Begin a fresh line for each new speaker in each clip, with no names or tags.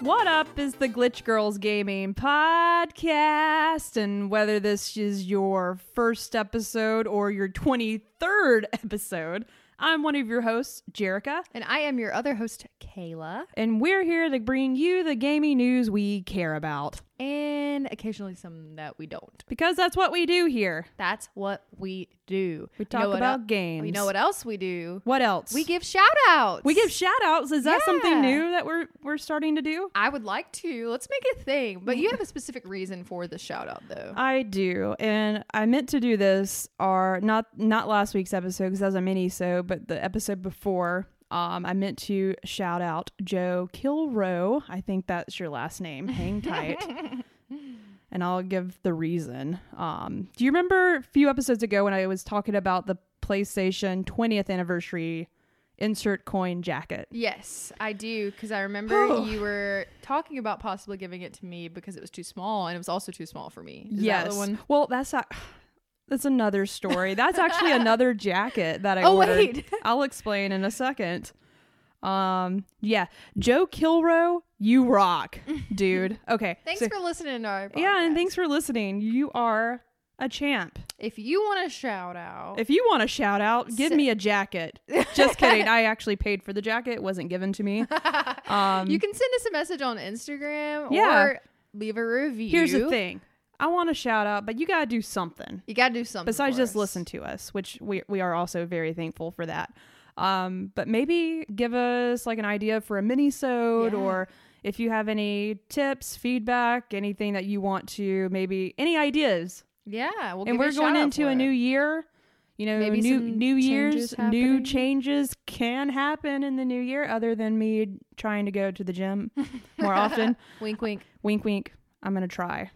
What up is the Glitch Girls Gaming Podcast. And whether this is your first episode or your 23rd episode, I'm one of your hosts, Jerica.
And I am your other host, Kayla,
And we're here to bring you the gaming news we care about
and occasionally some that we don't.
because that's what we do here.
That's what we do.
We talk
what
about
el-
games.
You know what else we do?
What else?
We give shout outs.
we give shout outs. Is that something
Yeah.
new that we're we're starting to do?
I would like to. Let's make it a thing. But you have a specific reason for the shout out, though.
I do, and I meant to do this are not not last week's episode because that was a mini so, but the episode before. Um, I meant to shout out Joe Kilrow. I think that's your last name. Hang tight, and I'll give the reason. Um, do you remember a few episodes ago when I was talking about the PlayStation 20th anniversary insert coin jacket?
Yes, I do. Because I remember
Oh.
you were talking about possibly giving it to me because it was too small, and it was also too small for me. Is that
yes.
the one?
Well, that's a- that's another story. That's actually another jacket that I
Oh,
ordered.
wait.
I'll explain in a second. Um, yeah, Joe Kilrow, you rock, dude. Okay,
Thanks
so-
for listening to our podcast.
yeah, and thanks for listening. You are a champ.
If you want a shout out,
If you want a shout out, give
Sit.
me a jacket. Just kidding. I actually paid for the jacket. It wasn't given to me. Um,
you can send us a message on Instagram
Yeah.
or leave a review.
here's the thing. I want a shout out, but you gotta do something.
You got to do something.
besides
for
just
us.
listen to us which we, we are also very thankful for that um, but maybe give us like an idea for a mini sode
Yeah.
or if you have any tips feedback anything that you want to maybe any ideas
Yeah. We'll
and
give it
we're
a
going
shout-out
into
for
a
it.
new year you know
Maybe
new
some
new year's
changes
new
happening.
changes can happen in the new year other than me trying to go to the gym more often
Wink, wink.
wink wink i'm gonna try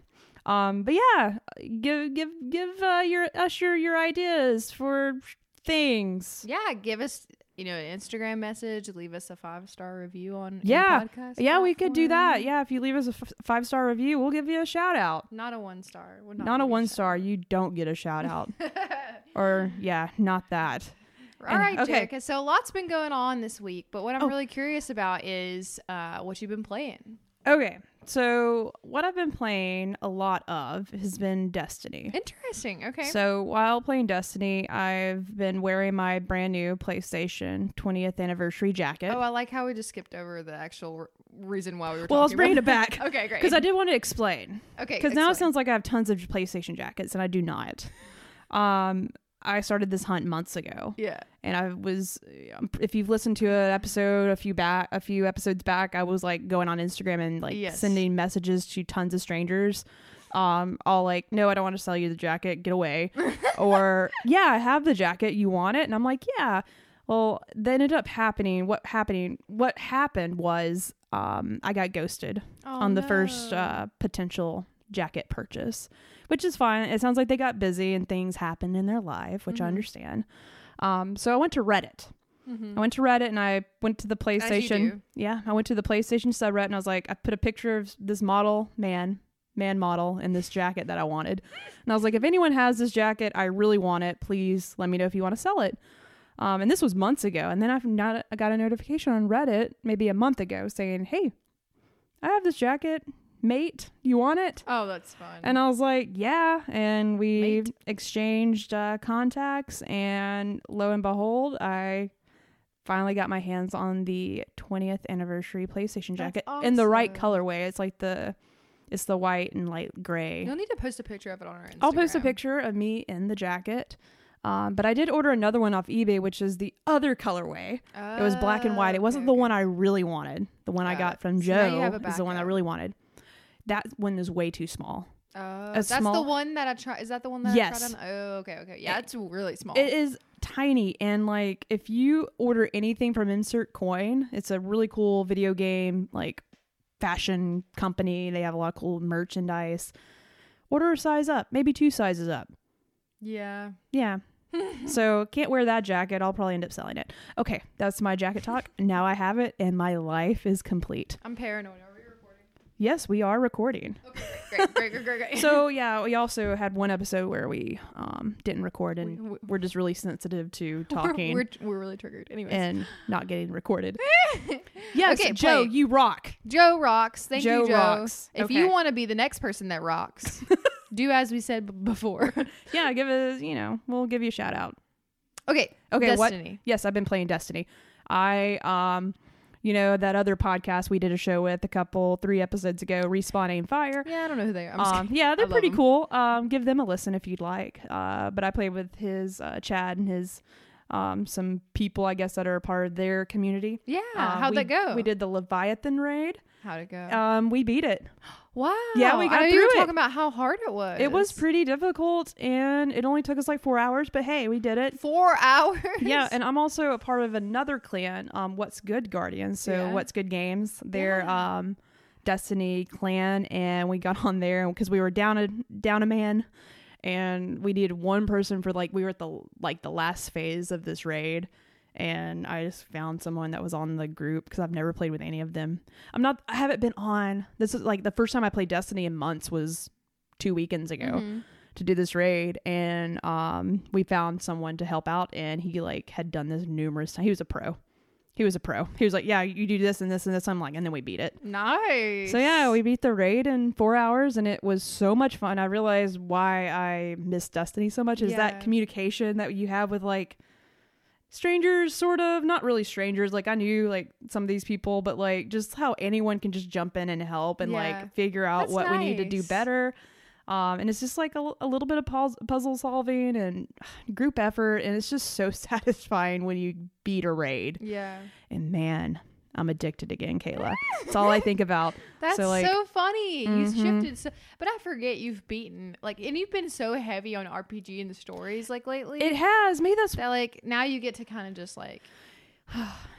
um but yeah give give give uh, your usher your ideas for things
Yeah. Give us, you know, an Instagram message. Leave us a five star review on any
Yeah.
podcast.
yeah we could do that
platform.
yeah if you leave us a f- five star review we'll give you a shout out
Not a one star. We're
not,
not
a
gonna be
one star you don't get a shout out or yeah not that
All right,
okay.
Jerica. So a lot's been going on this week, but what I'm
Oh.
really curious about is uh, what you've been playing.
okay so what i've been playing a lot of has been destiny
Interesting. Okay.
So while playing Destiny, I've been wearing my brand new PlayStation 20th anniversary jacket.
oh, I like how we just skipped over the actual r- reason why we were.
well, I was bringing
talking about
it back.
Okay, great.
because I did want to explain.
okay,
Because now it
excellent.
sounds like I have tons of PlayStation jackets, and I do not. Um, I started this hunt months ago,
yeah.
and I was. um, If you've listened to an episode a few back, a few episodes back, I was like going on Instagram and like
Yes.
sending messages to tons of strangers. Um, all like, no, I don't want to sell you the jacket. Get away. or yeah, I have the jacket. You want it? And I'm like, yeah. Well, that ended up happening. What happening? What happened was, um, I got ghosted
Oh,
on the first uh, potential jacket purchase, which is fine. It sounds like they got busy and things happened in their life, which I
Mhm.
understand. Um, so I went to Reddit.
Mhm.
I went to Reddit and I went to the PlayStation.
do.
Yeah, I went to the PlayStation subreddit and I was like, I put a picture of this model man, man model in this jacket that I wanted, and I was like, if anyone has this jacket, I really want it. Please let me know if you want to sell it. Um, and this was months ago, and then I've not I got a notification on Reddit maybe a month ago saying, hey, I have this jacket, mate, you want it?
Oh, that's fun.
And I was like, yeah. And we
Mate.
exchanged uh, contacts. And lo and behold, I finally got my hands on the 20th anniversary PlayStation
That's
jacket in the right
awesome.
colorway. It's like the, it's the white and light gray.
You'll need to post a picture of it on our Instagram.
I'll post a picture of me in the jacket. Um, but I did order another one off eBay, which is the other colorway. It was black and white. It wasn't the one I really wanted. The one I
Got
got
it.
from
So now you
Joe
have a
is the one I
backup.
really wanted. That one is way too small.
Oh,
a
that's the
small-
one that I tried. Is that the one that I
Yes.
tried on? Oh, okay, okay. Yeah, it's really small.
It is tiny and like if you order anything from Insert Coin, it's a really cool video game like fashion company. They have a lot of cool merchandise. Order a size up, maybe two sizes up.
yeah.
Yeah. so can't wear that jacket. I'll probably end up selling it. Okay, that's my jacket talk. now I have it and my life is complete.
I'm paranoid. Are we recording?
Yes, we are recording.
Okay. great, great, great, great, great.
So yeah, we also had one episode where we um, didn't record,
we,
and
we,
we're just really sensitive to
we're-
talking
We're, we're, really triggered. Anyways,
and not getting recorded. yes,
Okay,
Joe,
play.
you rock.
Joe rocks. Thank
Joe
you, Joe.
rocks.
If
Okay.
you want to be the next person that rocks, do as we said b- before.
Yeah, give us. You know, we'll give you a shout out.
okay.
Okay, what?
Destiny.
Yes, I've been playing Destiny. I um, you know that other podcast we did a show with a couple three episodes ago, Respawn Aim Fire.
Yeah, I don't know who they are. I'm just
Um, yeah, they're
I love
pretty
'em.
cool. Um, give them a listen if you'd like. Uh, but I played with his uh, Chad and his um, some people I guess that are a part of their community.
kidding. yeah.
Uh,
how'd
we-
that go?
We did the Leviathan raid.
How'd it go?
Um, we beat it.
wow.
yeah, we got
I know you were
through it.
talking about how hard it was.
It was pretty difficult, and it only took us like four hours. But hey, we did it.
four hours.
Yeah, and I'm also a part of another clan, um, What's Good Guardians. So
Yeah.
What's Good Games, their um, Destiny clan, and we got on there because we were down a down a man, and we needed one person for like we were at the like the last phase of this raid, and I just found someone that was on the group because I've never played with any of them. I'm not, I haven't been on. This is like the first time I played Destiny in months was two weekends ago
Mhm.
to do this raid and um we found someone to help out and he like had done this numerous times. He was a pro. He was a pro. He was like, Yeah, you do this and this and this. I'm like, and then we beat it.
nice.
So yeah, we beat the raid in four hours and it was so much fun. I realized why I miss Destiny so much is
Yeah.
that communication that you have with like strangers sort of not really strangers like i knew like some of these people but like just how anyone can just jump in and help and
Yeah.
like figure out
That's
what we need to do
nice.
better um and it's just like a, a little bit of puz- puzzle solving and group effort and it's just so satisfying when you beat a raid
Yeah.
and man i'm addicted again kayla it's all i think about
That's so,
So, like-
funny. You
Mhm.
shifted so, but I forget you've beaten like, and you've been so heavy on RPG and the stories like lately
it has maybe that's
that like now you get to kind of just like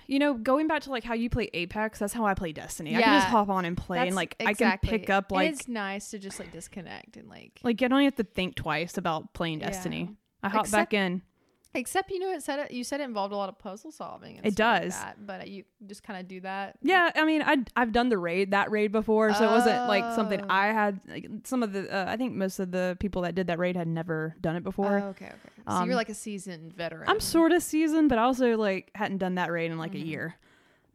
you know going back to like how you play apex that's how i play destiny i can
Yeah.
just hop on and play
that's
and like
exactly-
i can pick up
And
like
it's nice to just like disconnect and like,
like i don't have to think twice about playing
Yeah.
destiny i hop
Except-
back in
except you know it said it you said it involved a lot of puzzle solving. And
It
stuff like
does.
that, but uh, you just kind of do that.
Yeah, I mean, I I've done the raid that raid before, so it wasn't like something
Oh.
I had. Like, some of the uh, I think most of the people that did that raid had never done it before.
Oh, okay, okay. So you're
um,
like a seasoned veteran.
I'm sort of seasoned, but I also like hadn't done that raid in like
Mhm.
a year.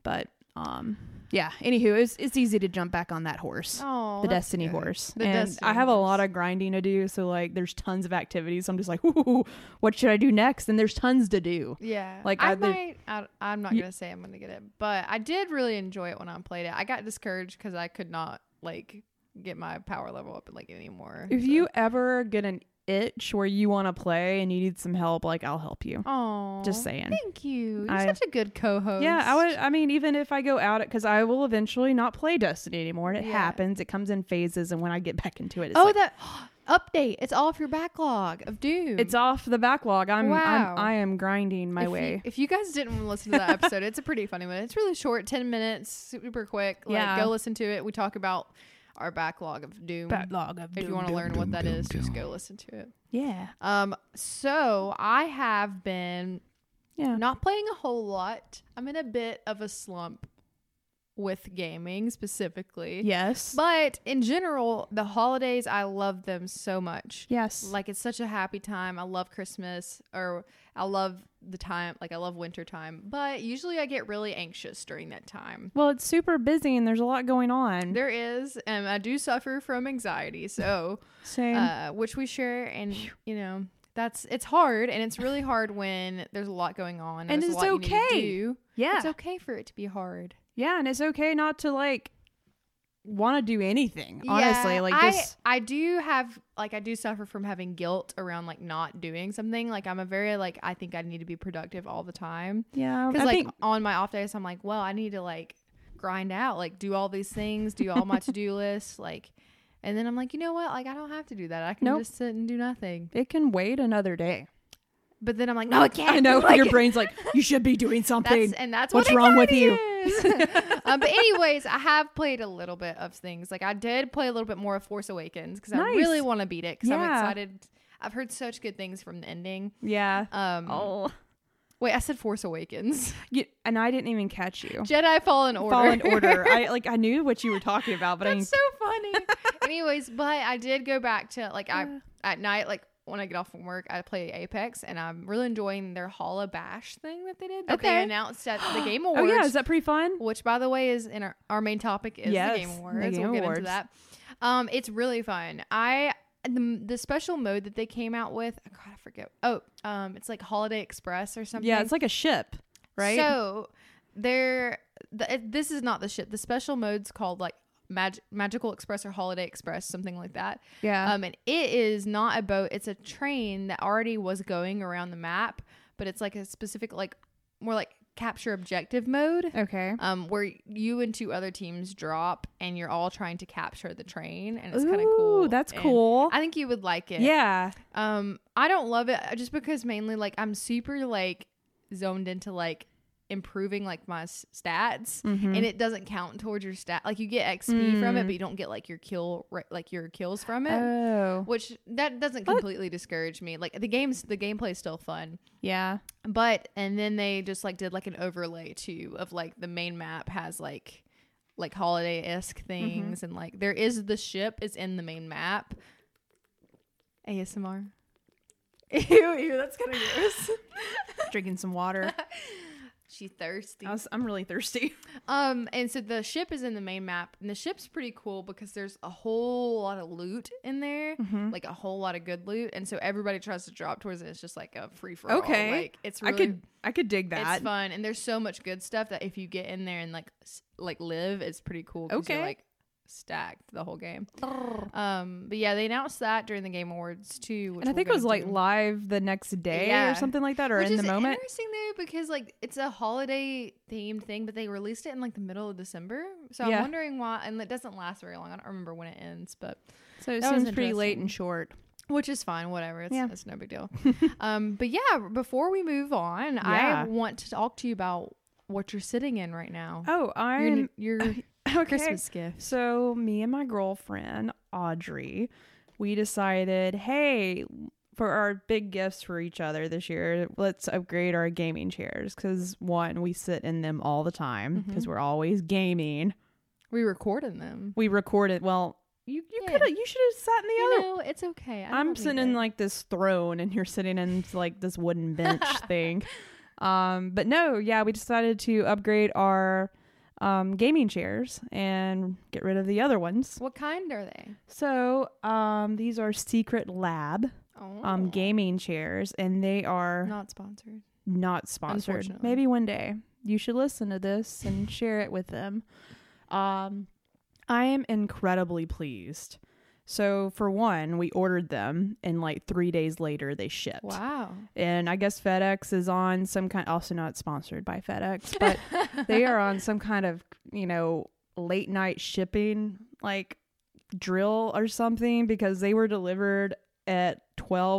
But um, yeah. Anywho, it's it's easy to jump back on that horse.
Oh,
the
that's
Destiny
good.
horse.
The
and
Destiny
I have a
horse.
lot of grinding to do, so like there's tons of activities. I'm just like, Ooh, what should I do next? And there's tons to do.
Yeah,
Like,
I
I- there-
might. I, I'm not
Ye-
gonna say I'm gonna get it, but I did really enjoy it when I played it. I got discouraged because I could not like get my power level up like anymore.
If you ever get an itch where you want to play and you need some help, like I'll help you.
oh,
Just saying.
Thank you. You're
I-
such a good co-host.
Yeah, I would. I mean, even if I go out, because I will eventually not play Destiny anymore, and it
Yeah.
happens. It comes in phases, and when I get back into it, it's
Oh,
like-
that update. It's off your backlog of Doom.
it's off the backlog. I'm,
Wow.
I'm I am grinding my
if You,
way.
if you guys didn't want to listen to that episode, it's a pretty funny one. It's really short, ten minutes, super quick. Like,
Yeah.
go listen to it. We talk about our backlog of Doom.
backlog of
if you want to learn what that is, just go listen to it.
yeah,
Um, so I have been
yeah.
not playing a whole lot. I'm in a bit of a slump with gaming specifically.
Yes,
But in general, the holidays I love them so much.
yes.
Like it's such a happy time. I love Christmas or I love the time like I love winter time. But usually I get really anxious during that time.
well, it's super busy, and there's a lot going on.
There is, and I do suffer from anxiety, so
Same.
uh, which we share and you know that's it's hard and it's really hard when there's a lot going on
And
there's
it's
a lot you need to
okay.
do.
yeah,
it's okay for it to be hard
yeah, and it's okay not to like want to do anything. Honestly,
Yeah,
like
I,
just
i do have like i do suffer from having guilt around like not doing something like i'm a very like i think i need to be productive all the time
yeah.
because
I
like
think
on my off days i'm like well i need to like grind out like do all these things do all my to-do list like and then i'm like you know what like i don't have to do that i can
Nope.
just sit and do nothing
it can wait another day.
but then i'm like no i can't
I know
Like-
your brain's like you should be doing something.
That's, and that's
What's
what
wrong with
anxiety
you?
is. um, but anyways, I have played a little bit of things. Like I did play a little bit more of Force Awakens because I
Nice.
really want to beat it because I'm
Yeah.
excited. I've heard such good things from the ending.
yeah.
Um,
Oh.
Wait, I said Force Awakens.
You, and I didn't even catch you.
Jedi Fallen Order.
Fallen Order. I like I knew what you were talking about, but I
That's so funny. Anyways, but I did go back to like I at night like when I get off from work, I play Apex, and I'm really enjoying their Halla Bash thing that they did that they
Okay.
announced at the Game
Oh
Awards.
yeah, is that pretty fun?
which by the way is in our, our main topic is
Yes,
the game
the
awards
Game
we'll get
Awards.
into that um it's really fun i the, the special mode that they came out with oh god i forget oh um it's like holiday express or something
Yeah, it's like a ship, right?
so they're the, it- this is not the shit the special mode's called like Mag- magical express or holiday express something like that
yeah.
um, and it is not a boat; it's a train that already was going around the map, but it's like a specific, like more like capture objective mode,
okay.
um, where you and two other teams drop, and you're all trying to capture the train, and it's kind of cool.
That's
and
cool.
I think you would like it.
yeah.
Um, I don't love it uh, just because mainly like I'm super like zoned into like improving like my s- stats
Mm-hmm.
and it doesn't count towards your stat like you get xp from it but you don't get like your kill ra- like your kills from it
Oh.
which that doesn't completely discourage me like the game's the gameplay's still fun
Yeah.
but and then they just like did like an overlay too of like the main map has like like holiday-esque
Mm-hmm.
things and like there is the ship is in the main map asmr ew ew that's kind of gross
Drinking some water.
she's thirsty
I was, I'm really thirsty.
Um, and so the ship is in the main map, and the ship's pretty cool because there's a whole lot of loot in there,
Mm-hmm.
like a whole lot of good loot, and so everybody tries to drop towards it. It's just like a free for all.
Okay.
like it's really
I could I could dig that.
it's fun, and there's so much good stuff that if you get in there and like s- like live, it's pretty cool. 'cause you're,
Okay.
like stacked the whole game. Um, but yeah, they announced that during the Game Awards too, which
and I
we'll
think it
get
was like
into.
live the next day
Yeah.
or something like that, or
Which
in
is
the moment.
interesting though, because like it's a holiday themed thing, but they released it in like the middle of December. So I'm
Yeah.
wondering why, and it doesn't last very long. I don't remember when it ends, but
So it
That was
seems pretty late
interesting.
and short.
which is fine, whatever. It's,
Yeah.
it's no big deal. um, but yeah, before we move on, I
Yeah.
want to talk to you about what you're sitting in right now.
Oh,
Your
I'm
n- your
okay.
Christmas gift.
So, me and my girlfriend, Audrey, we decided, hey, for our big gifts for each other this year, let's upgrade our gaming chairs. Because, one, we sit in them all the time
Mm-hmm.
because we're always gaming.
We recording them.
We record it. Well, you, you
Yeah.
could have, you should have sat in the
You
other.
know, it's okay. I
I'm
don't
sitting
need
in
it.
like this throne and you're sitting in like this wooden bench thing. Um, but no, yeah, we decided to upgrade our um, gaming chairs and get rid of the other ones.
what kind are they?
So, um, these are Secret Lab
Oh,
um, gaming chairs, and they are not,
not sponsored.
sponsored.
Unfortunately.
Maybe one day you should listen to this and share it with them. Um, I am incredibly pleased. So, for one, we ordered them, and like three days later, they shipped.
Wow.
And I guess FedEx is on some kind, also not sponsored by FedEx, but they are on some kind of, you know, late night shipping like drill or something because they were delivered at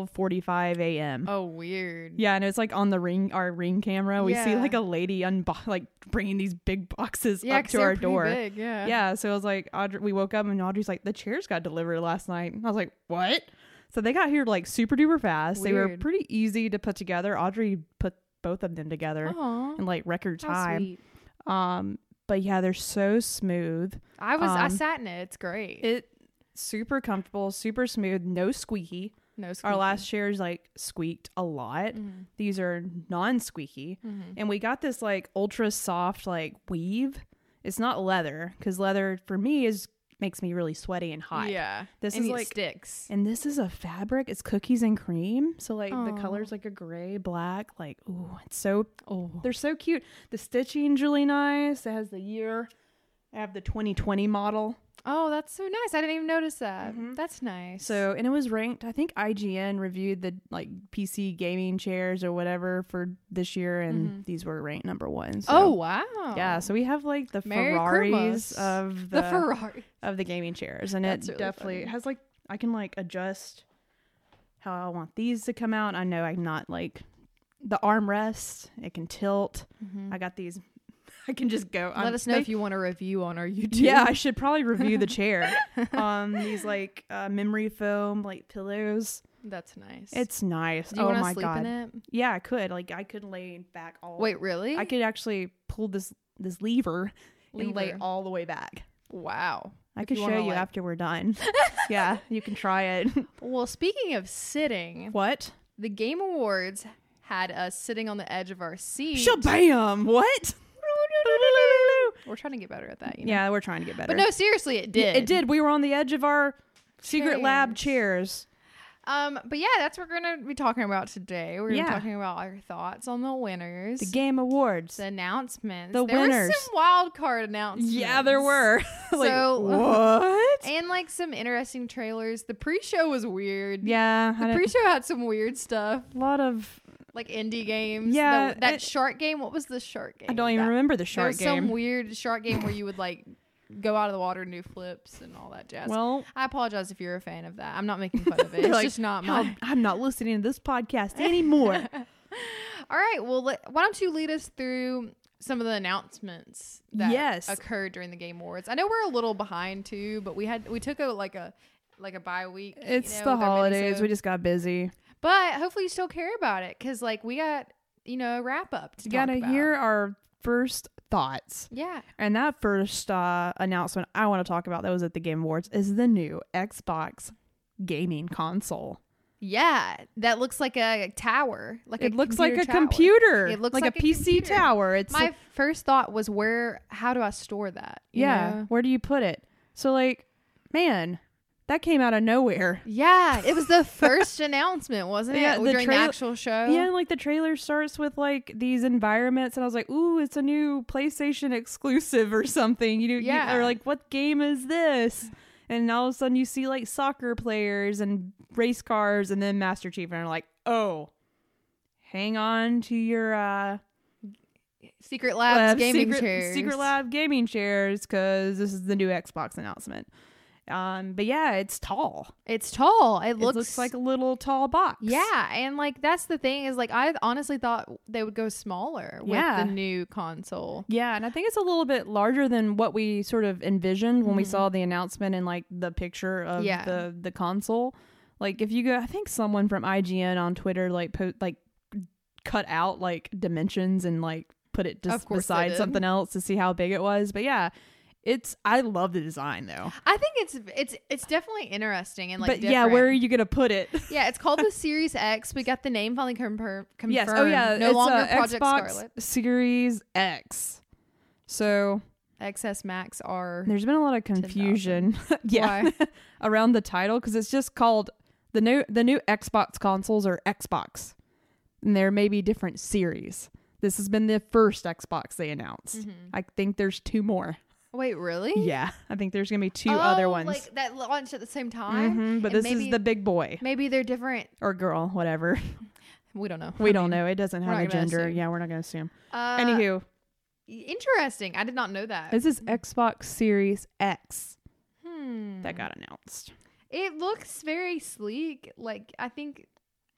12:45 a.m.
Oh, weird.
um, Yeah, and it's like on the ring our ring camera, we see
Yeah.
like a lady unbo- like bringing these big boxes
Yeah,
up
'cause
to
they're
our
pretty
door.
Big, yeah.
Yeah, so it was like Audrey, we woke up and Audrey's like, the chairs got delivered last night. And I was like, what? So they got here like super duper fast. They were
Weird.
pretty easy to put together. Audrey put both of them together
Aw,
in like record
how
time.
sweet.
Um, but yeah, they're so smooth.
I was I
Um,
sat in it. It's great.
It super comfortable, super smooth, no squeaky.
no Mm-hmm.
Our
squeaky. Mm.
last chairs like squeaked a lot. These are non-squeaky,
Mm-hmm.
and we got this like ultra soft like weave. It's not leather because leather for me is makes me really sweaty and hot.
Yeah.
This
and
is
it
like-
sticks.
And this is a fabric. It's cookies and cream. So like
Aw.
the colors like a gray, black, like ooh, it's so
Oh.
they're so cute. The stitching's really nice. It has the year. I have the 2020 model.
Oh, that's so nice. I didn't even notice that. That's nice.
Mm-hmm. So and it was ranked. I think IGN reviewed the like PC gaming chairs or whatever for this year, and these were ranked number one. So.
Mm-hmm. Oh wow.
yeah. So we have like the
Merry
Ferraris
Christmas.
of the,
The Ferrari.
of the gaming chairs, and
That's
it
really
definitely
funny.
has like I can like adjust how I want these to come out. I know I'm not like the armrest. It can tilt. I got these. I can just go.
Let us know if you want a review on our YouTube.
Yeah, I should probably review the chair. um, these like uh, memory foam like pillows.
That's nice.
It's nice.
Do you
oh
want to
my
sleep
god.
in it?
Yeah, I could. Like I could lay back all.
Wait, really?
I could actually pull this this lever, and lay
Lever.
all the way back.
Wow.
I could
you
show
wanna,
you
like-
after we're done. yeah, you can try it.
Well, speaking of sitting,
what?
the Game Awards had us sitting on the edge of our seat.
Shabam! What?
We're trying to get better at that. You know?
yeah, we're trying to get better.
But no, seriously, it
Yeah,
did.
it did. We were on the edge of our secret lab chairs.
Chairs. Um, but yeah, that's what we're gonna be talking about today. We're
Yeah.
gonna be talking about our thoughts on the winners,
The game awards.
the announcements.
The
there were
winners.
some wild card announcements.
yeah, there were. like,
So-
what?
and like some interesting trailers. The pre-show was weird.
yeah, I
the
didn't-
pre-show had some weird stuff,
a lot of.
like indie games.
Yeah,
The- that
it-
shark game. What was the shark game?
I don't even
That-
remember the
There
shark
was some
game.
weird shark game where you would like go out of the water and do flips and all that jazz.
well,
I apologize if you're a fan of that. I'm not making fun of it.
They're
it's
like,
just not
how-
my.
I'm not listening to this podcast anymore.
All right. Well, let, why don't you lead us through some of the announcements that
Yes.
occurred during the Game Awards? I know we're a little behind too, but we had we took a like a like a bye week. you
it's
know,
the
with our
holidays.
minisode.
We just got busy.
but hopefully you still care about it because like we got you know a wrap up to
You
talk
gotta
about.
hear our first thoughts.
Yeah.
And that first uh, announcement I want to talk about that was at the Game Awards is the new Xbox gaming console.
Yeah, that looks like a tower. Like
it
a
looks like a
tower.
computer.
It looks
like,
like
a,
a
PC
computer.
tower. It's
My first thought was where? How do I store that? you
yeah.
know?
Where do you put it? So like, man, that came out of nowhere.
Yeah, it was the first announcement, wasn't it?
Yeah, the
during
trail-
the actual show.
Yeah, and like the trailer starts with like these environments, and I was like, "Ooh, it's a new PlayStation exclusive or something." You know, you-
Yeah.
or like, "What game is this?" And all of a sudden, you see like soccer players and race cars, and then Master Chief, and I'm like, "Oh, hang on to your uh,
Secret Labs
uh,
gaming
secret,
chairs.
secret lab gaming chairs, because this is the new Xbox announcement." Um, but yeah, it's tall.
It's tall. It
It
looks,
looks, like a little tall box.
yeah, and like that's the thing is like I honestly thought they would go smaller with
Yeah.
the new console.
Yeah, and I think it's a little bit larger than what we sort of envisioned when we saw the announcement and like the picture of
Mm-hmm. Yeah.
the the console. Like if you go, I think someone from IGN on Twitter like po- like cut out like dimensions and like put it
Of
just
course they
beside
did.
something else to see how big it was. But yeah, it's I love the design though.
I think it's it's it's definitely interesting and
but
like
yeah, where are
different.
you gonna put it?
yeah, it's called the Series X. We got the name finally confirmed. confirmed.
yes. Oh yeah,
no
it's
longer
uh,
Project
Xbox
Scarlet.
Series X. So
XS Max R.
There's been a lot of
10,000.
confusion, yeah, around the title because it's just called the new the new Xbox consoles are Xbox, and there may be different series. This has been the first Xbox they announced. I think there's two more.
Mm-hmm. Wait, really?
Yeah, I think there's gonna be two other
Oh,
ones.
like that launched at the same time.
Mhm, but
And
this
maybe-
is the big boy
Maybe they're different.
or girl, whatever.
We don't know.
We don't know. It doesn't
we're
have a
not gonna
gender.
assume.
Yeah, we're not gonna assume.
Uh,
Anywho,
interesting. I did not know that.
this is Xbox Series X
Hmm.
that got announced.
It looks very sleek. Like I think,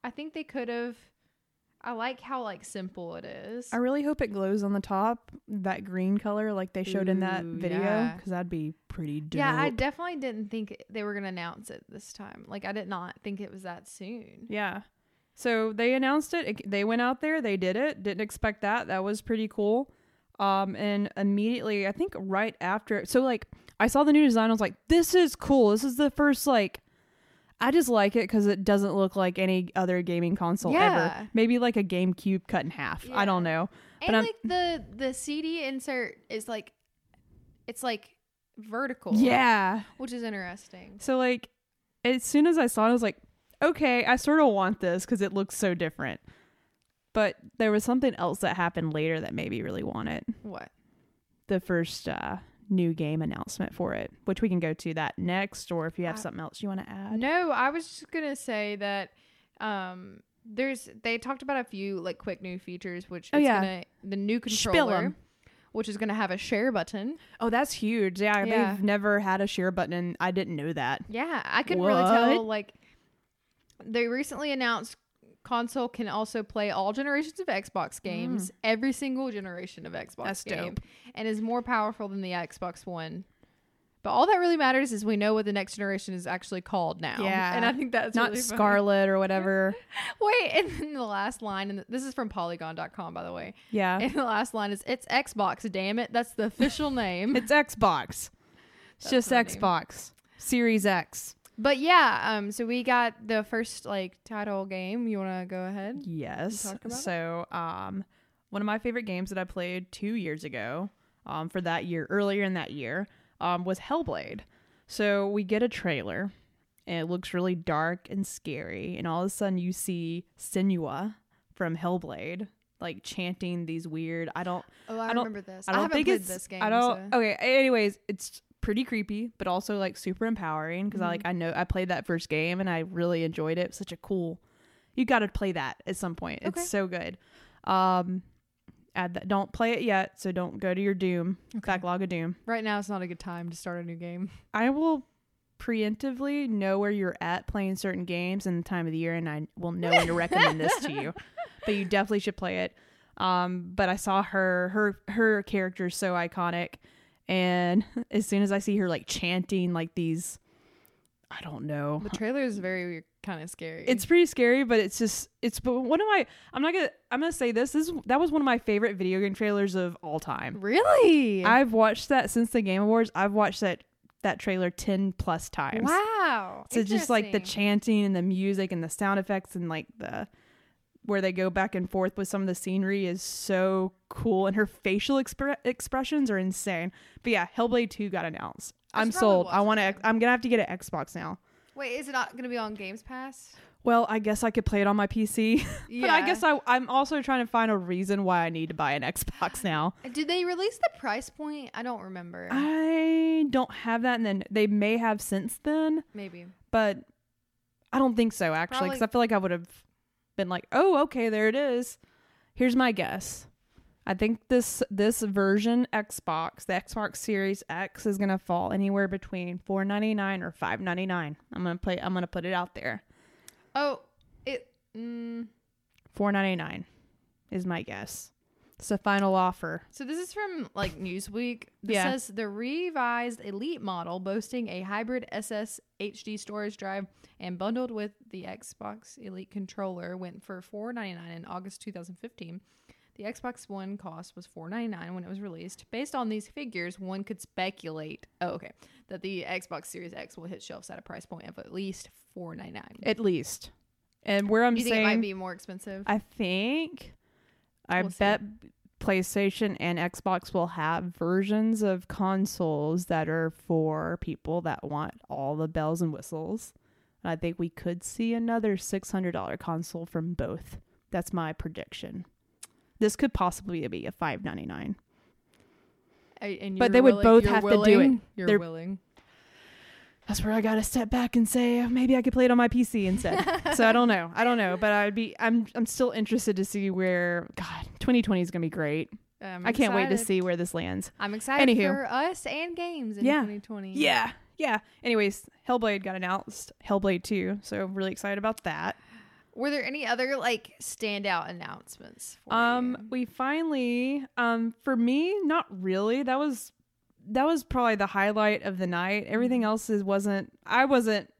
I think they could have. I like how like simple it is.
I really hope it glows on the top, that green color like they showed in that
Ooh,
video,
yeah.
because that'd be pretty dope.
yeah, I definitely didn't think they were gonna announce it this time. Like I did not think it was that soon.
yeah. So they announced it. it. They went out there. They did it. Didn't expect that. That was pretty cool. Um, and immediately, I think right after, so like I saw the new design. I was like, this is cool. This is the first like. I just like it because it doesn't look like any other gaming console
Yeah.
ever. Maybe like a GameCube cut in half. I
Yeah.
don't know.
And
I'm-
like the the CD insert is like, it's like vertical.
Yeah.
which is interesting.
So like, as soon as I saw it, I was like, okay, I sort of want this because it looks so different. But there was something else that happened later that made me really want it.
What?
The first uh, new game announcement for it, which we can go to that next, or if you have
I-
something else you want to add.
No, I was just gonna say that um there's they talked about a few like quick new features, which
Oh,
it's
yeah.
gonna the new
Spill
controller,
'em.
which is gonna have a share button.
Oh, that's huge. Yeah,
Yeah.
they've never had a share button, and I didn't know that.
Yeah, I couldn't really tell.
What?
Like they recently announced console can also play all generations of Xbox games, every single generation of Xbox
Mm. That's
game,
dope.
and is more powerful than the Xbox One. But all that really matters is we know what the next generation is actually called now.
Yeah.
And I think that's
Not
really funny.
Scarlet or whatever.
Wait, and then the last line, and this is from polygon.com, by the way.
Yeah.
And the last line is, it's Xbox, damn it. That's the official name.
It's Xbox. It's
That's
just
funny.
Xbox. Series X.
But yeah, um, so we got the first like title game. You want to go ahead?
Yes.
talk about it?
So, um, one of my favorite games that I played two years ago, um, for that year, earlier in that year, um, was Hellblade. So we get a trailer, and it looks really dark and scary, and all of a sudden you see Senua from Hellblade, like chanting these weird. I don't.
Oh,
I
I,
don't-
remember this.
I don't
haven't
think
played
it's.
this game.
I don't.
so-
Okay. Anyways, it's pretty creepy, but also like super empowering because I
Mm-hmm.
like I know I played that first game and I really enjoyed it. Such a cool. You got to play that at some point.
Okay.
It's so good. Um, add that. Don't play it yet, so don't go to your Doom backlog of Doom.
Oh, Right now, it's not a good time to start a new game.
I will preemptively know where you're at playing certain games and the time of the year, and I will know when to recommend this to you. But you definitely should play it. Um, but I saw her her her character is so iconic, and as soon as I see her like chanting like these, I don't know.
The trailer is very kind of scary.
It's pretty scary, but it's just it's. But one of my I'm not gonna I'm gonna say this. This is, that was one of my favorite video game trailers of all time.
really
I've watched that since the Game Awards. I've watched that that trailer ten plus times.
wow.
So just like the
Interesting.
chanting and the music and the sound effects and like the where they go back and forth with some of the scenery is so cool and her facial expre- expressions are insane. But yeah, Hellblade 2 got announced.
I
I'm
should probably
sold. I
watch
want
that
to
game.
I'm going to have to get an Xbox now.
Wait, is it not going to be on Games Pass?
Well, I guess I could play it on my PC. but I guess I, I'm also trying to find a reason why I need to buy an Xbox now.
Did they release the price point? I don't remember.
I don't have that and then they may have since then.
Maybe.
but I don't think so actually because I feel like I would have been like, oh, okay, there it is. Here's my guess. I think this this version Xbox, the Xbox Series X, is gonna fall anywhere between four ninety nine or five ninety nine. I'm gonna play. I'm gonna put it out there.
Oh, it. Mm,
Four ninety nine is my guess. It's a final offer.
so this is from like Newsweek. This
Yeah.
says the revised Elite model, boasting a hybrid SS HD storage drive and bundled with the Xbox Elite controller, went for four ninety nine in August two thousand fifteen. The Xbox One cost was four ninety nine when it was released. Based on these figures, one could speculate. Oh, okay, that the Xbox Series X will hit shelves at a price point of at least four ninety nine.
At least, and where I'm
You think
saying,
it might be more expensive?
I think, I
We'll see.
bet PlayStation and Xbox will have versions of consoles that are for people that want all the bells and whistles. And I think we could see another $600 console from both. That's my prediction. This could possibly be a five ninety nine.
A- and
But
you're
they would
willi-
both
you're
have to do it.
willing- You're
They're-
willing.
That's where I gotta step back and say uh, maybe I could play it on my PC instead. so I don't know. I don't know, but I'd be. I'm. I'm still interested to see where. God, 2020 is gonna be great.
I'm
I can't wait to
Um, excited.
see where this lands.
I'm excited
Anywho.
for us and games in
Yeah.
2020.
Yeah. Yeah. Anyways, Hellblade got announced. Hellblade 2. So I'm really excited about that.
Were there any other like standout announcements? For
Um we finally um for me not really. That was that was probably the highlight of the night. Everything else is wasn't I wasn't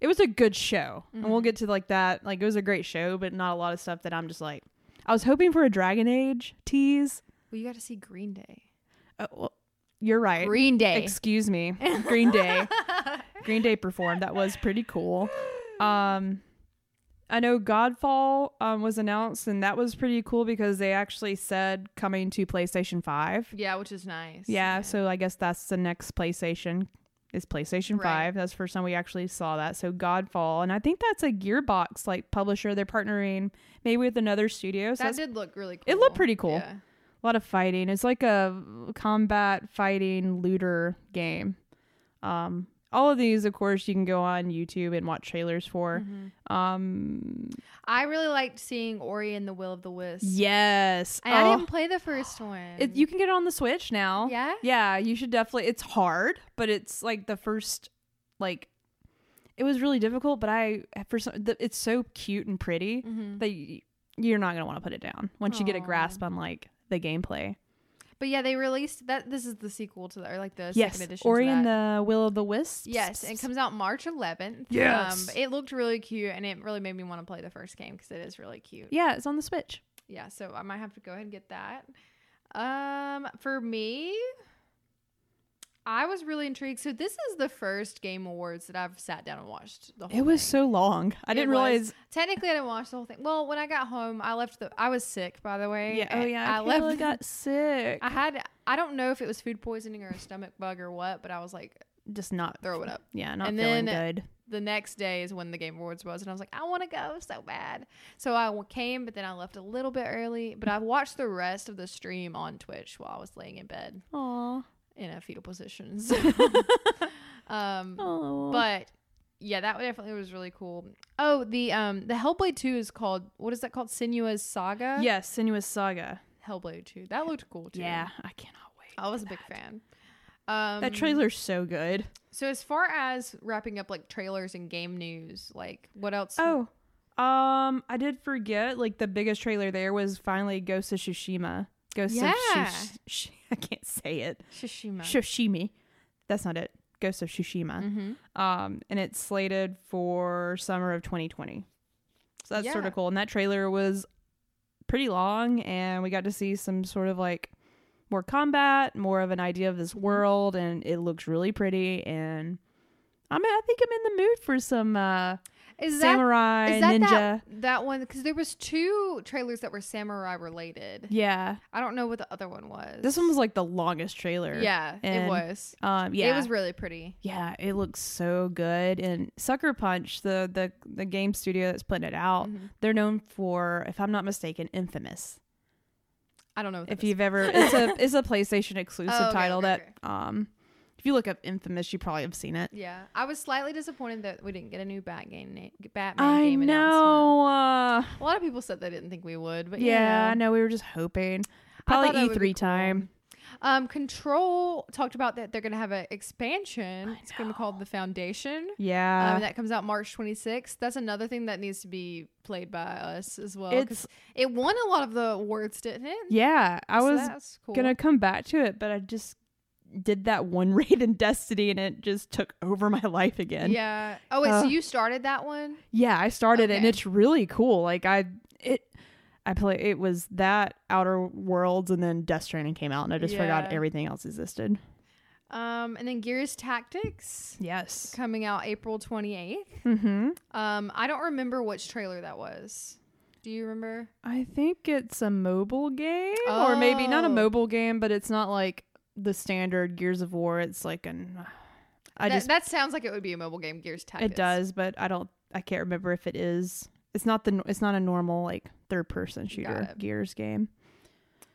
it was a good show. And we'll get to like that. Like it was a great show, but not a lot of stuff that I'm just like I was hoping for a Dragon Age tease.
you? Well, you got to see Green Day.
Uh, well, you're right.
Green Day.
Excuse me. Green Day. Green Day performed. That was pretty cool. Um I know Godfall um, was announced and that was pretty cool because they actually said coming to PlayStation 5.
yeah, which is nice.
Yeah, so I guess that's the next PlayStation is PlayStation
Right.
5. That's the first time we actually saw that. So Godfall and I think that's a Gearbox like publisher they're partnering maybe with another studio. So
that
that's
did look really cool.
it looked pretty cool.
Yeah.
a lot of fighting. It's like a combat fighting looter game. Um, all of these, of course, you can go on YouTube and watch trailers for.
Mm.
Um,
Mm-hmm. I really liked seeing Ori and the Will of the Wisp.
yes,
And I
Oh.
didn't play the first one.
It- you can get it on the Switch now.
Yeah?
yeah, you should definitely. It's hard, but it's like the first, like, it was really difficult. But I, for some, the, it's so cute and pretty
Mm-hmm.
that you, you're not gonna want to put it down once you get a
Mm. Aw.
grasp on like the gameplay.
But yeah, they released that. This is the sequel to the or like the
yes,
second edition.
Ori
to
and
that.
the Will of the Wisps.
yes, it comes out March 11th.
Yes.
um, it looked really cute, and it really made me want to play the first game because it is really cute.
yeah, it's on the Switch.
Yeah, so I might have to go ahead and get that. Um, for me, I was really intrigued. So this is the first Game Awards that I've sat down and watched. The whole
It was
thing.
so long. I
It
didn't
was.
realize.
Technically, I didn't watch the whole thing. Well, when I got home, I left the. I was sick, by the way.
Yeah. Oh
and
yeah.
e- I
Kayla
left.
got sick.
I had. I don't know if it was food poisoning or a stomach bug or what, but I was like,
just not
throw it up.
Yeah, not
And
feeling
then-
good.
the next day is when the Game Awards was, and I was like, I want to go so bad. So I w- came, but then I left a little bit early. But I watched the rest of the stream on Twitch while I was laying in bed
Aww.
in a fetal position. So, um,
Oh.
but yeah, that definitely was really cool. Oh, the um, the Hellblade Two is called what is that called? Sinua's Saga.
yes, Sinuous Saga.
Hellblade Two. That looked cool too.
Yeah, I cannot wait.
I was a big fan. Um,
that trailer's so good.
So as far as wrapping up like trailers and game news, like what else?
Oh, um, I did forget. Like the biggest trailer there was finally Ghost of Tsushima. Ghost
Yeah.
of Shush- Sh- I can't say it.
Shishima.
Shushimi. That's not it. Ghost of Tsushima.
mm-hmm.
Um, and it's slated for summer of 2020. So that's sort
Yeah.
of cool. And that trailer was pretty long, and we got to see some sort of like more combat, more of an idea of
Mm-hmm.
this world, and it looks really pretty. And I'm, I think I'm in the mood for some uh,
Is that
samurai
is that
ninja.
that, that one? Because there was two trailers that were samurai related.
Yeah,
I don't know what the other one was.
this one was like the longest trailer.
yeah,
and,
it was.
Um, yeah,
It was really pretty.
yeah, it looks so good. And Sucker Punch, the the the game studio that's putting it out,
Mhm.
they're known for, if I'm not mistaken, Infamous.
I don't know what that
If
is.
you've ever, it's a it's a PlayStation exclusive
Oh, okay,
title
okay,
that,
okay.
um, if you look up Infamous, you probably have seen it.
Yeah, I was slightly disappointed that we didn't get a new Bat game na- Batman
I
game
know. Uh,
announcement. A lot of people said they didn't think we would, but
yeah, I
you know,
know. We were just hoping.
I thought that
Probably
would be
E3 time.
Um, Control talked about that they're gonna have an expansion.
I
It's gonna be
know. Uh,
called the Foundation.
Yeah.
um, that comes out March 26th. That's another thing that needs to be played by us as well. oh, 'cause
it's
It won a lot of the awards, didn't it?
yeah. I
So
was
that's cool.
gonna come back to it, but I just did that one raid in Destiny, and it just took over my life again.
Yeah. Oh wait, so
Uh,
you started that one?
Yeah, I started it, and
Okay.
it's really cool. Like I it I play it was that Outer Worlds and then Death Stranding came out and I just forgot
Yeah.
everything else existed.
Um, and then Gears Tactics
Yes.
coming out April 28th.
Mm-hmm.
Um, I don't remember which trailer that was. Do you remember?
I think it's a mobile game. Or maybe not a
Oh.
mobile game, but it's not like the standard Gears of War. It's like an I
that,
just
that sounds like it would be a mobile game, Gears Tactics.
it does, but I don't I can't remember if it is it's not the it's not a normal like third person shooter
it.
Gears game.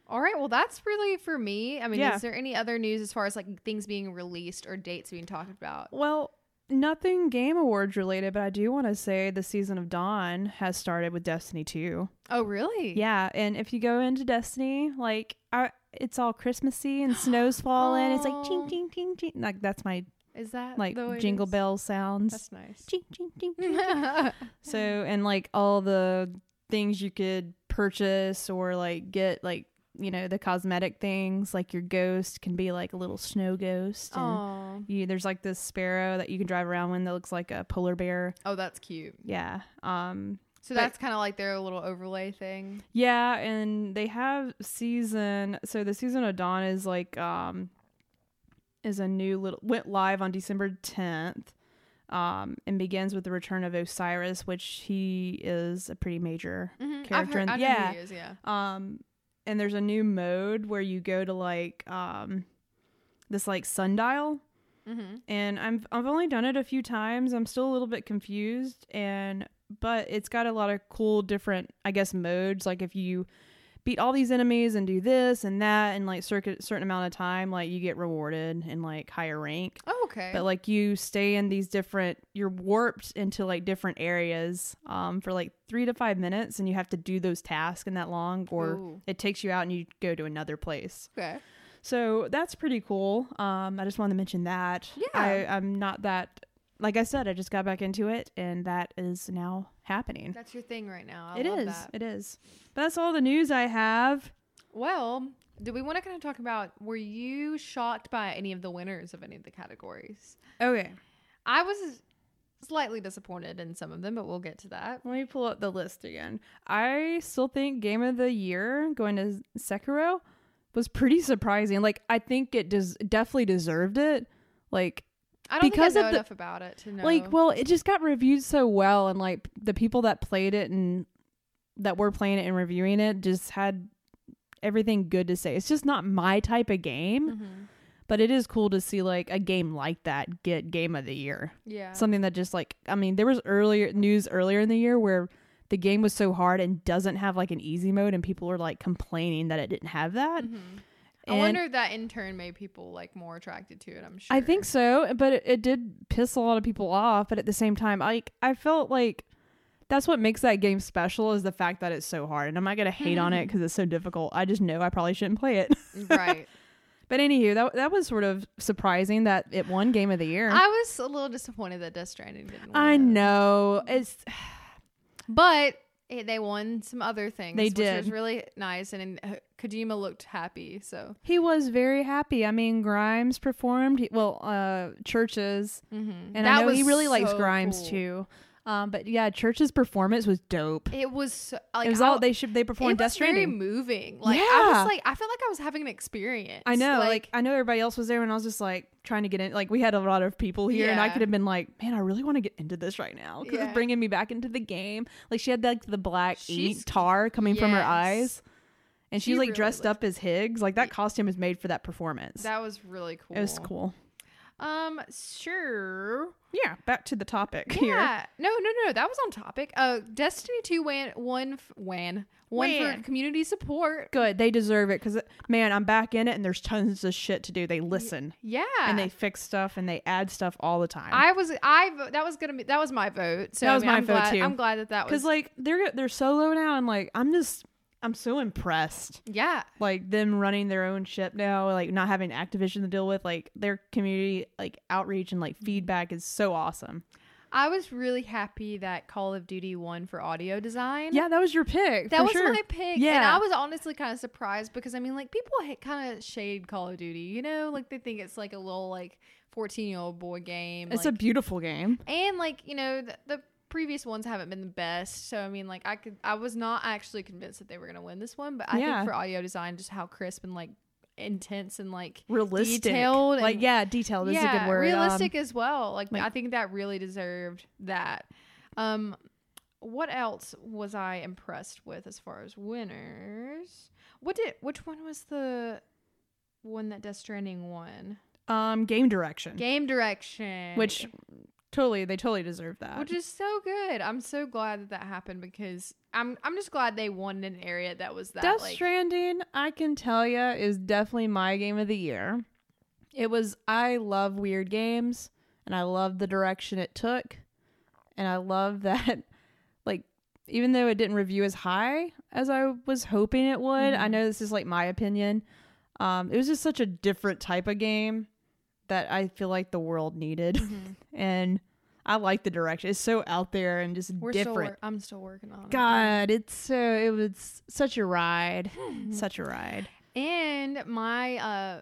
All right. Well, that's really for me. I mean,
Yeah.
is there any other news as far as like things being released or dates being talked about?
Well, nothing Game Awards related, but I do want to say the season of Dawn has started with Destiny 2.
Oh, really?
Yeah, and if you go into Destiny, like I, it's all Christmassy and snow's falling. It's like ching
Aw.
ching ching ching. Like that's my
Is that
like
the way it
jingle
is?
bell sounds.
That's nice.
Ching ching ching.
yeah.
So and like all the things you could purchase or like get like you know the cosmetic things like your ghost can be like a little snow ghost. and
Oh.
You, there's like this sparrow that you can drive around with that looks like a polar bear.
Oh, that's cute.
Yeah. Um
So
But-
that's kind of like their little overlay thing.
yeah, and they have season so the season of Dawn is like um is a new little went live on December 10th. Um and begins with the return of Osiris, which he is a pretty major
Mhm. I've
Mm-hmm. Character
heard,
in-
I know
yeah.
who he is, yeah.
um and there's a new mode where you go to like um this like sundial
Mm-hmm.
and I'm I've only done it a few times. I'm still a little bit confused and but it's got a lot of cool different I guess modes like if you beat all these enemies and do this and that and like circuit certain amount of time like you get rewarded and like higher rank.
Oh, okay.
But like you stay in these different you're warped into like different areas um for like 3 to 5 minutes and you have to do those tasks in that long or
Ooh.
it takes you out and you go to another place.
okay.
So that's pretty cool. Um, I just wanted to mention that.
Yeah.
I, I'm not that, like I said, I just got back into it and that is now happening.
That's your thing right now. I
It
love
is.
That.
It is. But that's all the news I have.
Well, do we want to kind of talk about were you shocked by any of the winners of any of the categories?
Okay.
I was slightly disappointed in some of them, but we'll get to that.
Let me pull up the list again. I still think game of the year going to Sekiro was pretty surprising. Like I think it des- definitely deserved it. Like
I don't
Because
think
of
I know
the-
enough about it to know.
like well, it just got reviewed so well and like the people that played it and that were playing it and reviewing it just had everything good to say. It's just not my type of game,
Mhm.
but it is cool to see like a game like that get game of the year.
yeah,
something that just like I mean there was earlier news earlier in the year where the game was so hard and doesn't have like an easy mode and people were like complaining that it didn't have that.
Mhm. I
And
wonder if that in turn made people like more attracted to it. I'm sure.
I think so, but it, it did piss a lot of people off, but at the same time I I felt like that's what makes that game special is the fact that it's so hard. And I'm not going to hate on it
Mm.
because it's so difficult. I just know I probably shouldn't play it.
right.
But anywho, that, that was sort of surprising that it won Game of the Year.
I was a little disappointed that Death Stranding didn't. Win
I
it.
know. It's
but it, they won some other things.
They
which was
did.
really nice, and, and Kojima looked happy. So
He was very happy. I mean, Grimes performed. He, well, uh, Churches,
mhm.
Mm-hmm. and I know he really likes Grimes
cool.
too. Um, but yeah, Church's performance was dope.
It was so, like
it was
I-
all they should. They
It was
performed Death
very
Stranding.
moving. Like I
Yeah.
was like I felt like I was having an experience.
I know. Like, I know everybody else was there, and I was just like trying to get in. Like we had a lot of people here, and I
Yeah.
could have been like, man, I really want to get into this right now because
Yeah.
it's bringing me back into the game. Like she had like the black
She's-
ink tar coming from her
yes.
eyes, and
She
she's like
really
dressed
looked-
up as Higgs. Like that costume is made for that performance.
that was really cool.
It was cool.
Um, sure.
Yeah, back to the topic here.
Yeah. No, no, no. That was on topic. Uh, Destiny Two wan one f- wan one for
Wan.
community support.
Good. They deserve it because, man, I'm back in it and there's tons of shit to do. They listen
Yeah.
and they fix stuff and they add stuff all the time.
I was I vo- that was gonna be that was my vote. So
That
I
was
mean,
my
I'm
vote,
glad,
too.
I'm glad that that was
Because, like, they're, they're solo now and, like, I'm just, I'm so impressed.
yeah.
Like, them running their own ship now, like, not having Activision to deal with, like, their community, like, outreach and, like, feedback is so awesome.
I was really happy that Call of Duty won for audio design.
Yeah, that was your pick.
That
for
was
sure.
my pick. And
Yeah.
I was honestly kind of surprised because I mean, like, people kind of shade Call of Duty, you know? Like, they think it's like a little, like, 14 year old boy game.
It's a
like,
beautiful game.
and, like, you know, the, the previous ones haven't been the best. So, I mean, like, I could, I was not actually convinced that they were going to win this one, but I
Yeah.
think for audio design, just how crisp and, like, intense and, like,
Realistic.
Detailed and-
like, yeah, detailed is a good word. um,
Realistic as well. Like,
like-
I think that really deserved that. Um what else was I impressed with as far as winners? What did which one was the one that Death Stranding won?
um, game direction.
Game direction.
which uh, totally they totally deserve that
which is so good. I'm so glad that that happened because I'm I'm just glad they won in an area that was that
death
like
stranding i can tell you is definitely my game of the year it was i love weird games and i love the direction it took and i love that like even though it didn't review as high as i was hoping it would i
Mhm.
know this is like my opinion um, it was just such a different type of game that i feel like the world needed
Mhm.
and i like the direction it's so out there and just
we're still
different
wor- I'm still working on it.
God, it's so it was such a ride,
Mm-hmm. Mm.
such a ride.
And my uh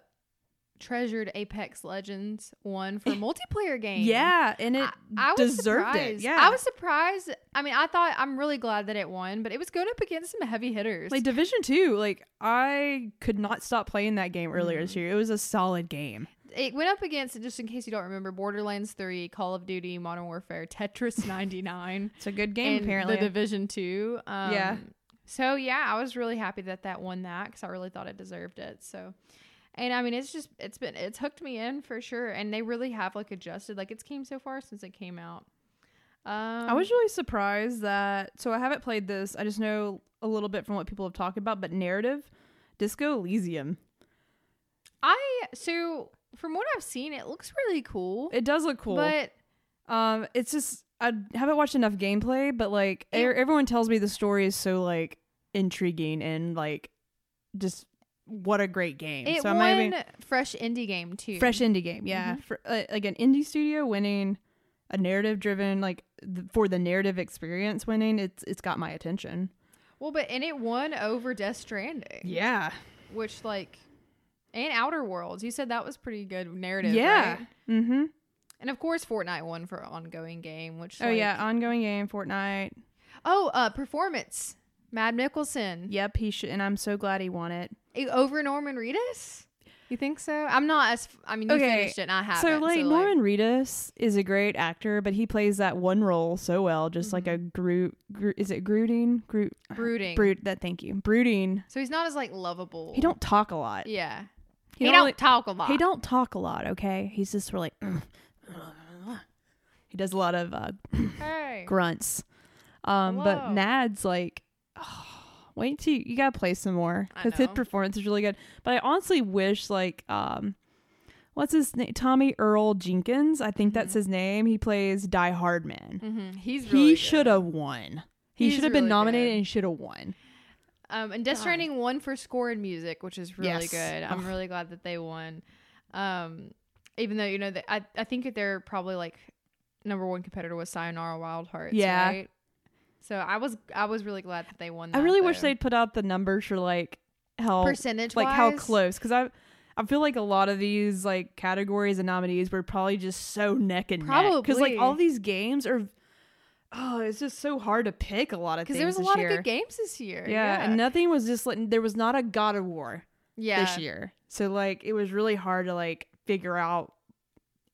treasured Apex Legends one for multiplayer game.
Yeah, and it
I, I was
deserved
surprised.
it. Yeah,
I was surprised. I mean, I thought I'm really glad that it won, but it was going up against some heavy hitters.
like Division Two. Like I could not stop playing that game earlier
Mm.
this year. It was a solid game.
it went up against, just in case you don't remember, Borderlands 3, Call of Duty, Modern Warfare, Tetris 99,
It's a good game,
and
apparently.
The Division 2. Um,
Yeah.
So yeah, I was really happy that that won that because I really thought it deserved it. So. And I mean, it's just it's been it's hooked me in for sure, and they really have like adjusted like it's came so far since it came out. Um,
I was really surprised that. So I haven't played this. I just know a little bit from what people have talked about, but narrative, Disco Elysium.
I so from what I've seen, it looks really cool.
It does look cool.
But
Um, it's just I haven't watched enough gameplay, but like e
Yeah.
everyone tells me the story is so like intriguing and like just what a great game.
it
so
won
I'm having
fresh indie game too.
fresh indie game, yeah, for, uh, like an indie studio winning a narrative driven like th- for the narrative experience winning. It's it's got my attention.
Well, but and it won over Death Stranding.
Yeah,
which like and Outer Worlds. You said that was pretty good narrative.
yeah.
right?
Mm-hmm.
and of course Fortnite won for ongoing game, which
Oh
like-
yeah, ongoing game Fortnite.
oh uh performance Mad Mickelson
Yep, he should, and I'm so glad he won it.
Eh, over Norman Reedus. You think so? I'm not as f- I mean you
Okay,
finished it and I haven't.
so like Norman Reedus is a great actor, but he plays that one role so well, just like a Groot. Gro- is it Grooting? Groot.
brooding.
Brood. That. Mm-hmm. Thank you. Brooding.
So he's not as like lovable.
He don't talk a lot.
Yeah.
He
He,
don't
don't,
really-
talk a lot.
He don't talk a lot. Okay, he's just really. he does a lot of uh,
Hey.
grunts. Um, but
Hello.
Mad's like, oh, wait till you, you gotta play some more
I
because his
know.
performance is really good. But I honestly wish like, um, what's his name? Tommy Earl Jenkins. I think that's his name. He plays Die Hard Man.
Mhm. Mm-hmm. He's really
he
good.
should have won. He
He's
should have been
really
nominated
good.
and should have won.
Um, and Death Stranding won for score and music, which is really
Yes. Oh.
good. I'm
Ugh.
really glad that they won. Um, even though you know, that I I think that they're probably like number one competitor was Sayonara Wild Hearts.
Yeah.
Right? So I was I was really glad that they won.
I
that,
really wish
though.
they'd put out the numbers for like how
percentage
like how close because I. I feel like a lot of these like categories and nominees were probably just so neck and neck because like
Probably.
all these games are. Oh, it's just so hard to pick a lot of things.
because there was a
this
lot
year.
of good games this year.
Yeah, and nothing was just like there was not a God of War
yeah.
this year, so like it was really hard to like figure out.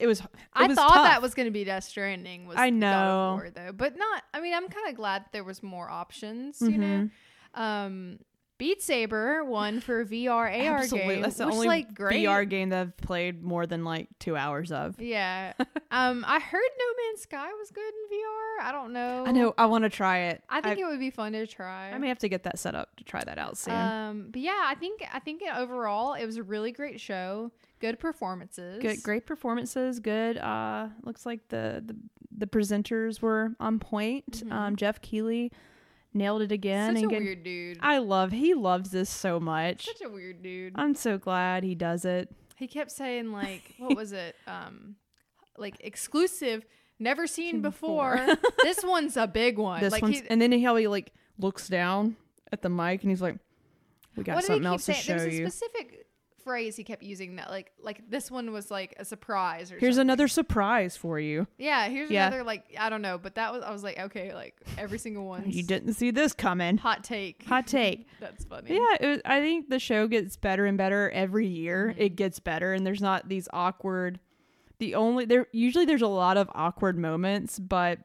It was. It
I
was
thought
tough.
that was going to be Death Stranding. Was
I
the God
know.
of War, though, but not. I mean, I'm kind of glad there was more options. You know,
Mhm.
um, Beat Saber won for VR AR
Absolutely,
game,
that's the
which
only
like great.
VR game that I've played more than like two hours of.
Yeah, um, I heard No Man's Sky was good in VR. I don't know.
I know. I want to try it.
I think it would be fun to try.
I may have to get that set up to try that out soon.
um, but yeah, I think I think overall it was a really great show. Good performances.
good great performances good uh looks like the the, the presenters were on point um jeff keeley nailed it again
Mm-hmm. Such a
and good-
weird dude.
i love he loves this so much
Such a weird dude.
i'm so glad he does it
He kept saying like, what was it? Um, like exclusive, never seen before. this one's a big one.
this
like
one's
he,
and then he how he like looks down at the mic and he's like we got
what did
something
he keep
else to
saying? There
show
was a
you
specific phrase he kept using that like like this one was like a surprise or
here's
something.
another surprise for you
yeah here's
Yeah.
another like I don't know but that was I was like okay like every single one
you didn't see this coming
hot take
hot take
that's funny
Yeah, it was, I think the show gets better and better every year.
Mm-hmm.
It gets better, and there's not these awkward. The only there usually there's a lot of awkward moments, but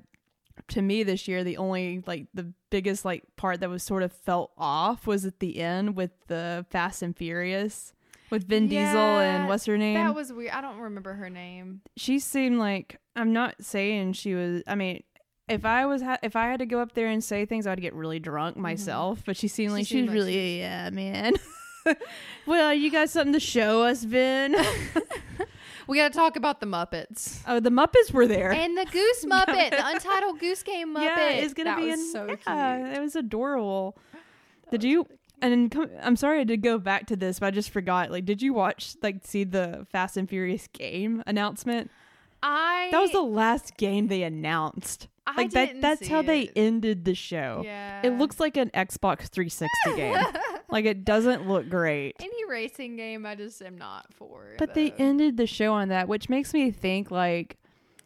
to me this year the only like the biggest like part that was sort of felt off was at the end with the Fast and Furious with Vin Diesel and
Yeah,
what's her name?
that was weird I don't remember her name
she seemed like I'm not saying she was. I mean. If I was ha- if I had to go up there and say things, I'd get really drunk myself. But she seemed
Mm-hmm. She
like she
seemed
was
like
really yeah, man. well, you got something to show us, Vin.
we gotta talk about the Muppets
oh, the Muppets were there.
and the Goose Muppet the Untitled Goose Game Muppet
yeah, it's gonna
That
be
was
in.
so
yeah,
cute.
it was adorable. Did you? And then come, I'm sorry I did go back to this, but I just forgot. Like, did you watch like see the Fast and Furious game announcement?
I
That was the last game they announced.
I
like that
didn't
that's
see
how they
it.
ended the show.
yeah.
It looks like an Xbox 360 game. Like it doesn't look great.
any racing game. I just am not for.
But they
though.
ended the show on that, which makes me think like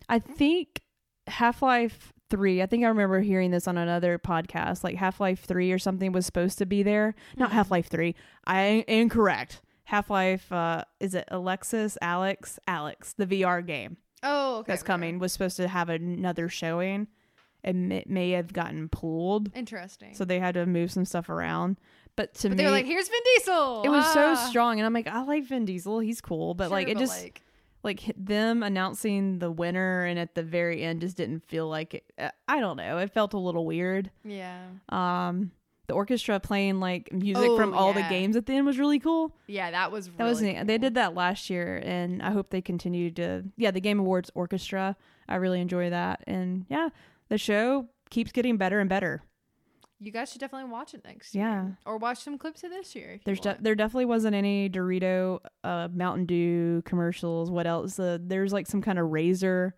I think Half-Life 3, I think I remember hearing this on another podcast, like Half-Life 3 or something was supposed to be there. Not
Mm-hmm.
Half-Life 3. I incorrect. Half-Life uh is it Alexis, Alex, Alex, the VR game.
oh okay,
that's
okay.
coming was supposed to have another showing and it may have gotten pulled
Interesting.
so they had to move some stuff around but to me
but they were like, "Here's Vin Diesel."
it was so
Ah.
strong and i'm like i like vin diesel he's cool but
Sure,
like it just like,
like,
hit them announcing the winner and at the very end just didn't feel like it uh, i don't know it felt a little weird
yeah,
um the orchestra playing like music from
Oh,
all the
yeah.
games at the end was really cool
yeah. That was
that
really
was neat. they
cool.
did that last year, and I hope they continue to. Yeah, the Game Awards Orchestra. I really enjoy that, and yeah, the show keeps getting better and better.
You guys should definitely watch it next
Yeah.
year, or watch some clips of this year. if you
There's de-
want.
there definitely wasn't any Dorito, uh, Mountain Dew commercials. What else? Uh, there's like some kind of razor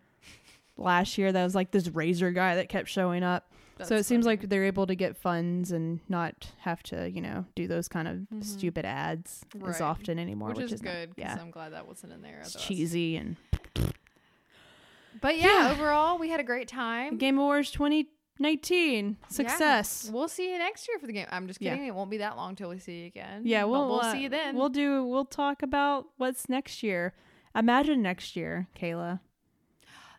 last year that was like this razor guy that kept showing up.
That's
so it seems
funny.
like they're able to get funds and not have to, you know, do those kind of
Mhm.
stupid ads
Right.
as often anymore,
which,
which,
is,
not-
good. 'cause
yeah,
I'm glad that wasn't in there.
it's
otherwise.
cheesy and
But yeah,
Yeah.
overall, we had a great time.
Game Awards 2019
Yeah.
success.
We'll see you next year for the game. I'm just
Yeah.
kidding. It won't be that long till we see you again.
Yeah,
But
we'll
we'll
uh,
see you then.
We'll do. We'll talk about what's next year. Imagine next year, Kayla.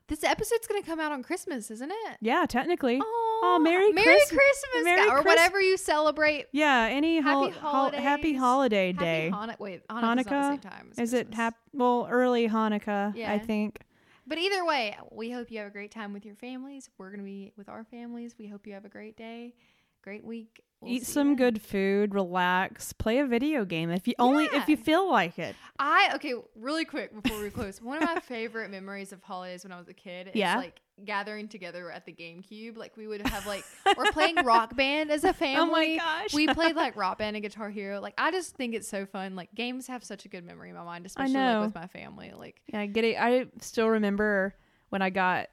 this episode's gonna come out on Christmas, isn't it?
Yeah, technically.
Oh,
Merry
Merry
Christ-
Christmas,
Merry
guy- or
Christ-
whatever you celebrate.
Yeah. Any hol-
Happy
hol- happy
holidays.
holiday day.
Happy Hana- wait, Hanukkah's not the
Hanukkah?
same time. as
Is it
Christmas.
hap- well early Hanukkah?
Yeah.
I think.
But either way, we hope you have a great time with your families. We're gonna be with our families. We hope you have a great day, great week. We'll
Eat
see you
some
then.
good food, relax, play a video game if you only
Yeah.
if you feel like it.
I okay, really quick before we close. One of my favorite memories of holidays when I was a kid is
Yeah.
like gathering together at the GameCube. Like we would have like we're playing Rock Band as a family.
Oh my gosh.
We played like Rock Band and Guitar Hero. Like I just think it's so fun. Like games have such a good memory in my mind, especially
know.
like with my family. Like
Yeah, getting I still remember when I got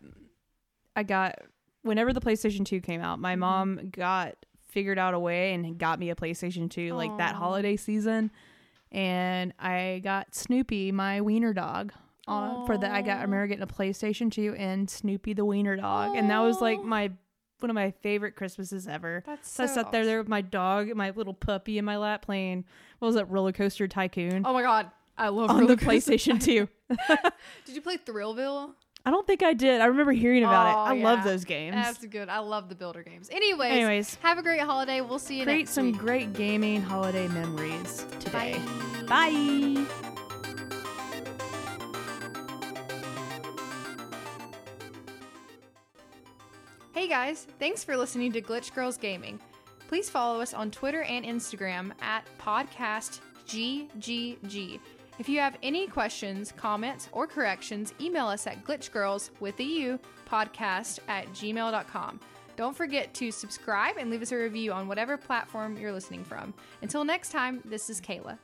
I got whenever the PlayStation 2 came out,
Mm-hmm.
my mom got figured out a way and got me a PlayStation 2 like that
Aw.
holiday season. And I got Snoopy, my wiener dog. On, for that I got I
Aw.
remember getting a PlayStation 2 and Snoopy the wiener dog. And that was like
Aw.
my one of my favorite Christmases ever.
that's
So
so
I sat there there with my dog, and my little puppy in my lap playing what was that roller coaster tycoon
Oh my god. I love
on the
roller coasters.
PlayStation 2.
Did you play Thrillville?
I don't think I did. I remember hearing about
Oh,
it. I love
yeah.
those games.
That's good. I love the builder games. Anyways,
Anyways,
have a great holiday. We'll see you
create
next
some
week.
great gaming holiday memories today.
Bye.
Bye.
Hey guys, thanks for listening to Glitch Girls Gaming. Please follow us on Twitter and Instagram at podcastggg. If you have any questions, comments, or corrections, email us at glitchgirls with a U podcast at gmail.com. Don't forget to subscribe and leave us a review on whatever platform you're listening from. Until next time, this is Kayla.